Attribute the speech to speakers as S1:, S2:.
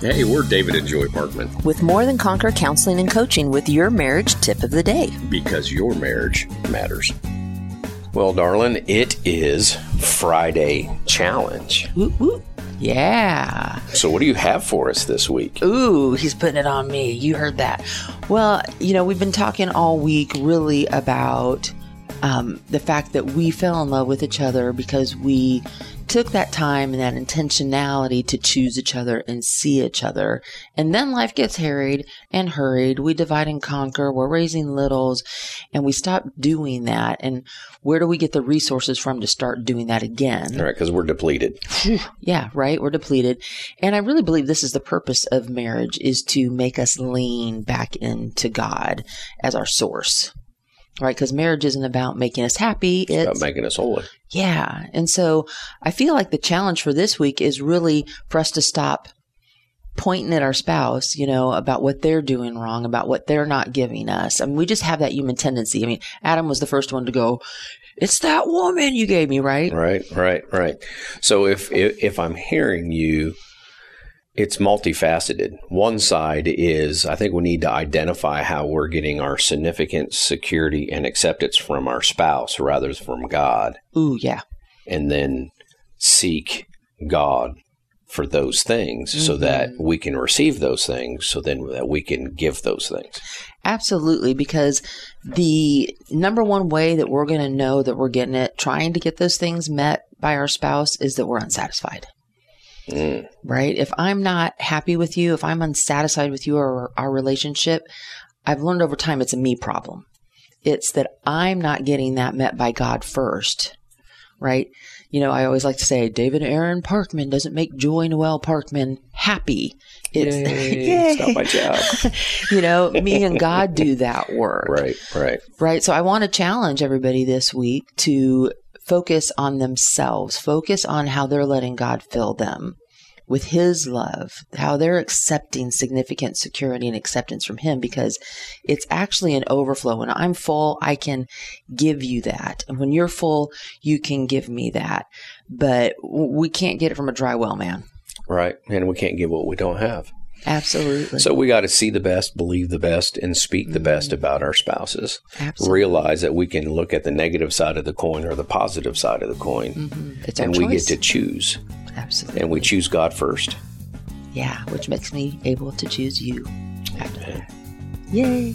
S1: Hey, we're David and Joy Parkman
S2: with More Than Conquer Counseling and Coaching with your marriage tip of the day.
S1: because your marriage matters. Well, darling, it is Friday Challenge.
S3: Ooh, ooh. Yeah.
S1: So, what do you have for us this week?
S3: Ooh, he's putting it on me. You heard that. Well, you know, we've been talking all week really about um, the fact that we fell in love with each other because we took that time and that intentionality to choose each other and see each other. And then life gets harried and hurried. We divide and conquer. We're raising littles and we stop doing that. And where do we get the resources from to start doing that again?
S1: All right, because we're depleted.
S3: Yeah, right. We're depleted. And I really believe this is the purpose of marriage is to make us lean back into God as our source. Right? Because marriage isn't about making us happy. It's,
S1: About making us holy.
S3: yeah. And so I feel like the challenge for this week is really for us to stop pointing at our spouse, you know, about what they're doing wrong, about what they're not giving us. I mean, we just have that human tendency. I mean, Adam was the first one to go, It's that woman you gave me, right?
S1: Right, right, right. So, if if, if I'm hearing you, it's multifaceted. One side is I think we need to identify how we're getting our significance, security, and acceptance from our spouse rather than from God.
S3: Ooh, yeah.
S1: and then seek God for those things so
S3: Mm-hmm.
S1: that we can receive those things so then that we can give those things.
S3: Absolutely, because the number one way that we're going to know that we're getting it, trying to get those things met by our spouse, is that we're unsatisfied.
S1: Mm.
S3: Right? If I'm not happy with you, if I'm unsatisfied with you or our relationship, I've learned over time it's a me problem. It's that I'm not getting that met by God first. Right? You know, I always like to say David Aaron Parkman doesn't make Joy Noel Parkman happy. It's,
S1: It's not my job.
S3: you know, me and God do that work
S1: right, right.
S3: right? So I want to challenge everybody this week to focus on themselves, focus on how they're letting God fill them with His love, how they're accepting significant security and acceptance from Him because it's actually an overflow. When I'm full, I can give you that. And when you're full, you can give me that. But w- we can't get it from a dry well, man.
S1: Right. And we can't give what we don't have.
S3: Absolutely.
S1: So we got to see the best, believe the best, and speak the
S3: Mm-hmm.
S1: best about our spouses.
S3: Absolutely.
S1: Realize that we can look at the negative side of the coin or the positive side of the coin,
S3: Mm-hmm. it's our
S1: and we
S3: choice.
S1: get to choose.
S3: Absolutely.
S1: And we choose God first.
S3: Yeah, which makes me able to choose you after that. Yay.